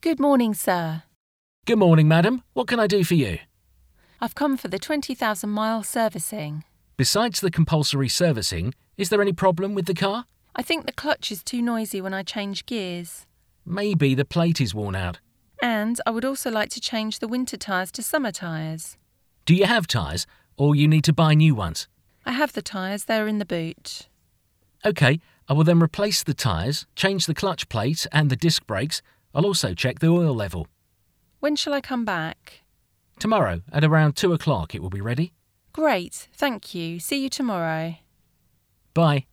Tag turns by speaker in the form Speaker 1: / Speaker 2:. Speaker 1: Good morning, sir.
Speaker 2: Good morning, madam. What can I do for you?
Speaker 1: I've come for the 20,000 mile servicing.
Speaker 2: Besides the compulsory servicing, is there any problem with the car?
Speaker 1: I think the clutch is too noisy when I change gears.
Speaker 2: Maybe the plate is worn out.
Speaker 1: And I would also like to change the winter tyres to summer tyres.
Speaker 2: Do you have tyres, or you need to buy new ones?
Speaker 1: I have the tyres, they're in the boot.
Speaker 2: Okay, I will then replace the tyres, change the clutch plate and the disc brakes. I'll also check the oil level.
Speaker 1: When shall I come back?
Speaker 2: Tomorrow, at around 2 o'clock, it will be ready.
Speaker 1: Great, thank you. See you tomorrow.
Speaker 2: Bye.